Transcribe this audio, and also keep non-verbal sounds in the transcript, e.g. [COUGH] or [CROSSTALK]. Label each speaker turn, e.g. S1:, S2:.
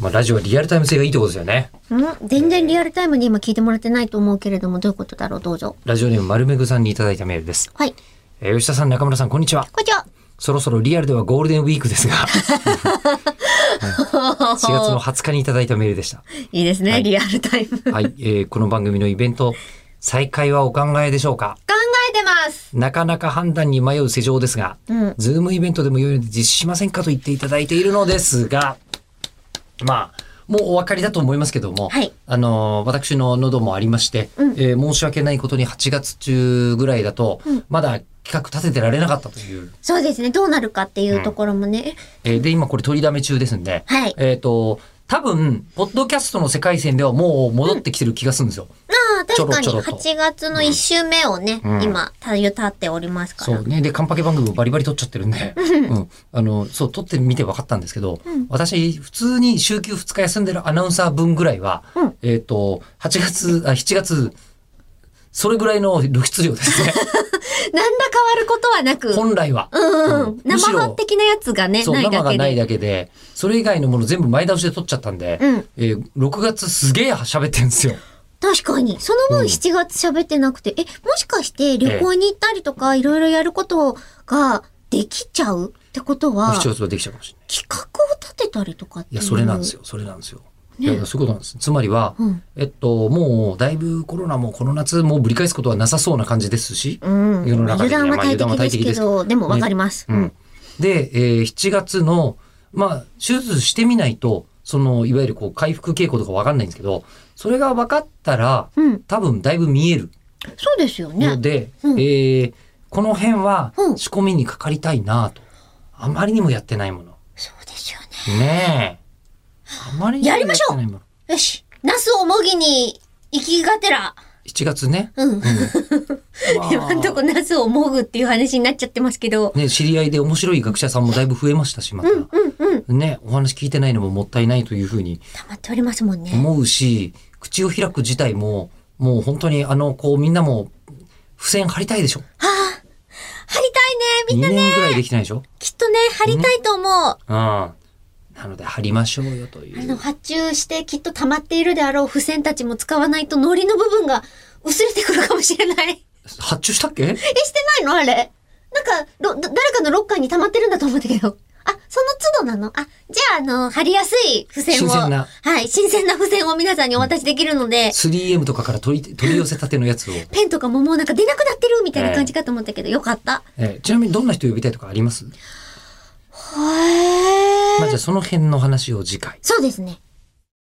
S1: まあ、ラジオはリアルタイム性がいいってことですよね。
S2: うん全然リアルタイムで今聞いてもらってないと思うけれども、どういうことだろう、どうぞ。
S1: ラジオネーム丸めぐさんにいただいたメールです。
S2: はい。
S1: えー吉田さん、中村さん、こんにちは。
S2: こんにちは。
S1: そろそろリアルではゴールデンウィークですが、4月の20日にいただいたメールでした。
S2: いいですね、
S1: はい
S2: リアルタイム。考
S1: はい、えーこの番組のイベント、再開はお考えでしょうか
S2: えてます。
S1: なかなか判断に迷う世情ですが、
S2: うん。
S1: ズームイベントでもよいので実施しませんかと言っていただいているのですが、まあ、もうお分かりだと思いますけども、
S2: はい
S1: あのー、私の喉もありまして、
S2: うん
S1: えー申し訳ないことに8月中ぐらいだと、
S2: うん
S1: まだ企画立ててられなかったという、
S2: そうですね、どうなるかっていうところもね。
S1: えーで、今これ取りだめ中ですんで、
S2: はい。
S1: えっ、と、多分、ポッドキャストの世界線ではもう戻ってきてる気がするんですよ。
S2: まあ、確か
S1: ち
S2: に
S1: ょろちょろと
S2: 8月の1週目をね、
S1: うん
S2: 今、たゆたっておりますから。
S1: そうね。で、カンパケ番組もバリバリ撮っちゃってるんで、うん。あの、そう、撮ってみて分かったんですけど、
S2: うん
S1: 私、普通に週休2日休んでるアナウンサー分ぐらいは、
S2: うん
S1: えっ、と、8月、あ、7月、それぐらいの露出量ですね。
S2: [LAUGHS] なんだ変わることはなく、
S1: 本来は。
S2: うん、うん、
S1: むし
S2: 生
S1: ろ
S2: 半的なやつがね、
S1: そう、
S2: ない
S1: 生
S2: だ
S1: が
S2: け
S1: ない
S2: で。
S1: だけで、それ以外のもの全部前倒しで撮っちゃったんで、
S2: うん、
S1: えー6月すげえ喋ってるんですよ。
S2: 確かに。その
S1: うん
S2: 分7月喋ってなくて、え、もしかして旅行に行ったりとか、いろいろやることができちゃうってことは、
S1: 視
S2: 企
S1: 聴数はできちゃうかもしれない。
S2: 画を立てたりとかって
S1: い
S2: いう。
S1: や、それなんですよ。それなんですよ。
S2: ね
S1: いや、そういうことなんです。つまりは、
S2: うん。
S1: えっと、もう、だいぶコロナもこの夏、もうぶり返すことはなさそうな感じですし、
S2: うん。
S1: 世の中
S2: 油
S1: 的には
S2: 断は
S1: まあ
S2: 大敵ですけ
S1: 油
S2: ど、でもわかります。
S1: うん。で、えー7月の、まあ、手術してみないと、その、いわゆるこう、回復傾向とかわかんないんですけど、それが分かったら、
S2: うん。うん。
S1: 多分だいぶ見える
S2: そうですよね
S1: の。で、
S2: うん
S1: えーこの辺は
S2: うん
S1: 仕込みにかかりたいなと。あまりにもやってないもの。
S2: そうですよね。
S1: ねえ。あまりにも
S2: やりましょ
S1: やっ
S2: う
S1: てないもの。
S2: よし。ナスをもぎに、行きがてら。
S1: 7月ね。
S2: うん。
S1: まあ
S2: [LAUGHS] 今んとこナスをもぐっていう話になっちゃってますけど。
S1: ね、知り合いで面白い学者さんもだいぶ増えましたし、また。
S2: うんうんうん。
S1: ね、お話聞いてないのももったいないというふうに
S2: 溜まっておりますもんね。
S1: 思うし、口を開く自体も、もう本当にあの、こうみんなも、付箋貼りたいでしょ
S2: 貼りたいね。みん
S1: ?2
S2: な
S1: 年ぐらいできてないでしょ
S2: きっとね、貼りたいと思う。あ
S1: うん。なので貼りましょうよとい
S2: の、
S1: う。
S2: 発注してきっと溜まっているであろう付箋たちも使わないと、糊の部分が薄れてくるかもしれない。
S1: 発注したっけ
S2: え、してないのあれ。なんか、ろ誰かのロッカーに溜まってるんだと思うんだけど。あ、その都度なのあ、じゃあ、あの、貼りやすい付箋を。
S1: 新鮮な
S2: はい、新鮮な付箋を皆さんにお渡しできるので、
S1: 3M とかから取り取り寄せたてのやつを、
S2: ペンとかももうなんか出なくなってるみたいな感じかと思ったけど、よかった。
S1: えーちなみにどんな人呼びたいとかあります、
S2: へ
S1: まあ、じゃあその辺の話を次回
S2: そうですね。